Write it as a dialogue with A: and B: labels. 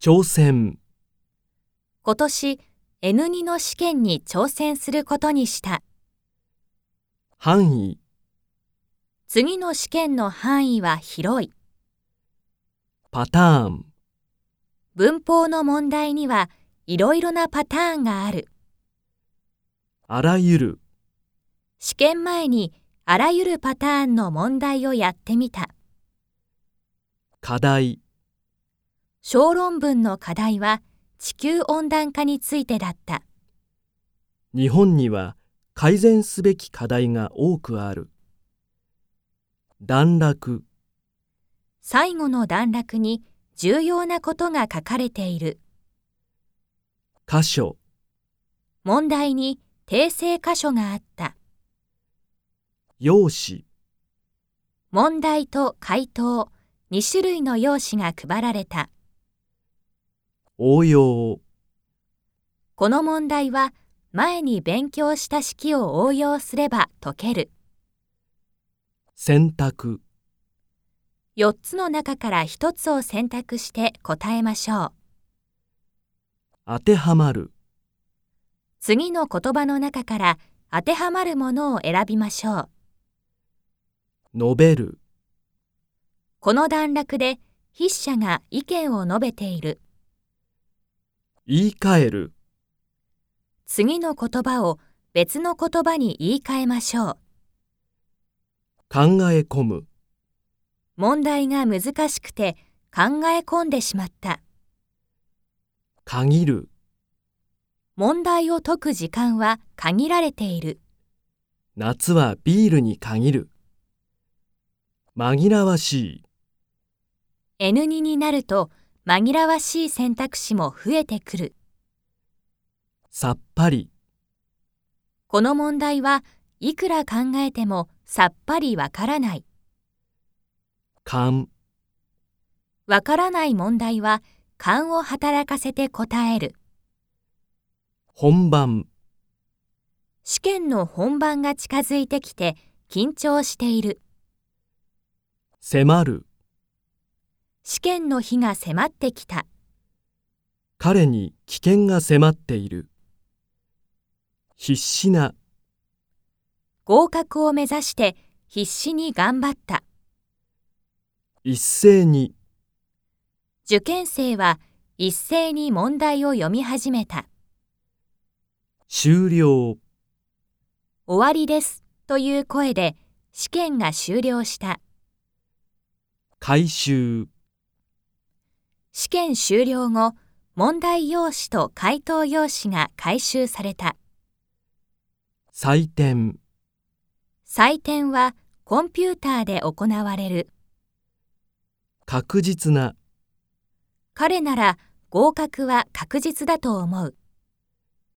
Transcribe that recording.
A: 挑戦、
B: 今年 N2 の試験に挑戦することにした。
A: 範囲、
B: 次の試験の範囲は広い。
A: パターン、
B: 文法の問題にはいろいろなパターンがある。
A: あらゆる、
B: 試験前にあらゆるパターンの問題をやってみた。
A: 課題、
B: 小論文の課題は地球温暖化についてだった。
A: 日本には改善すべき課題が多くある。段落、
B: 最後の段落に重要なことが書かれている。
A: 箇所、
B: 問題に訂正箇所があった。
A: 用紙、
B: 問題と回答、2種類の用紙が配られた。
A: 応用、
B: この問題は前に勉強した式を応用すれば解ける。
A: 選択、
B: 4つの中から1つを選択して答えましょう。
A: 当てはまる、
B: 次の言葉の中から当てはまるものを選びましょう。
A: 述べる、
B: この段落で筆者が意見を述べている。
A: 言い換える、
B: 次の言葉を別の言葉に言い換えましょう。
A: 考え込む、
B: 問題が難しくて考え込んでしまった。
A: 限る、
B: 問題を解く時間は限られている。
A: 夏はビールに限る。紛らわしい、
B: N2 になると紛らわしい選択肢も増えてくる。
A: さっぱり、
B: この問題はいくら考えてもさっぱりわからない。
A: 勘、
B: わからない問題は勘を働かせて答える。
A: 本番、
B: 試験の本番が近づいてきて緊張している。
A: 迫る、
B: 試験の日が迫ってきた。
A: 彼に危険が迫っている。必死な、
B: 合格を目指して必死に頑張った。
A: 一斉に、
B: 受験生は一斉に問題を読み始めた。
A: 終了、
B: 終わりですという声で試験が終了した。
A: 回収、
B: 試験終了後、問題用紙と回答用紙が回収された。
A: 採点、
B: 採点はコンピューターで行われる。
A: 確実な、
B: 彼なら合格は確実だと思う。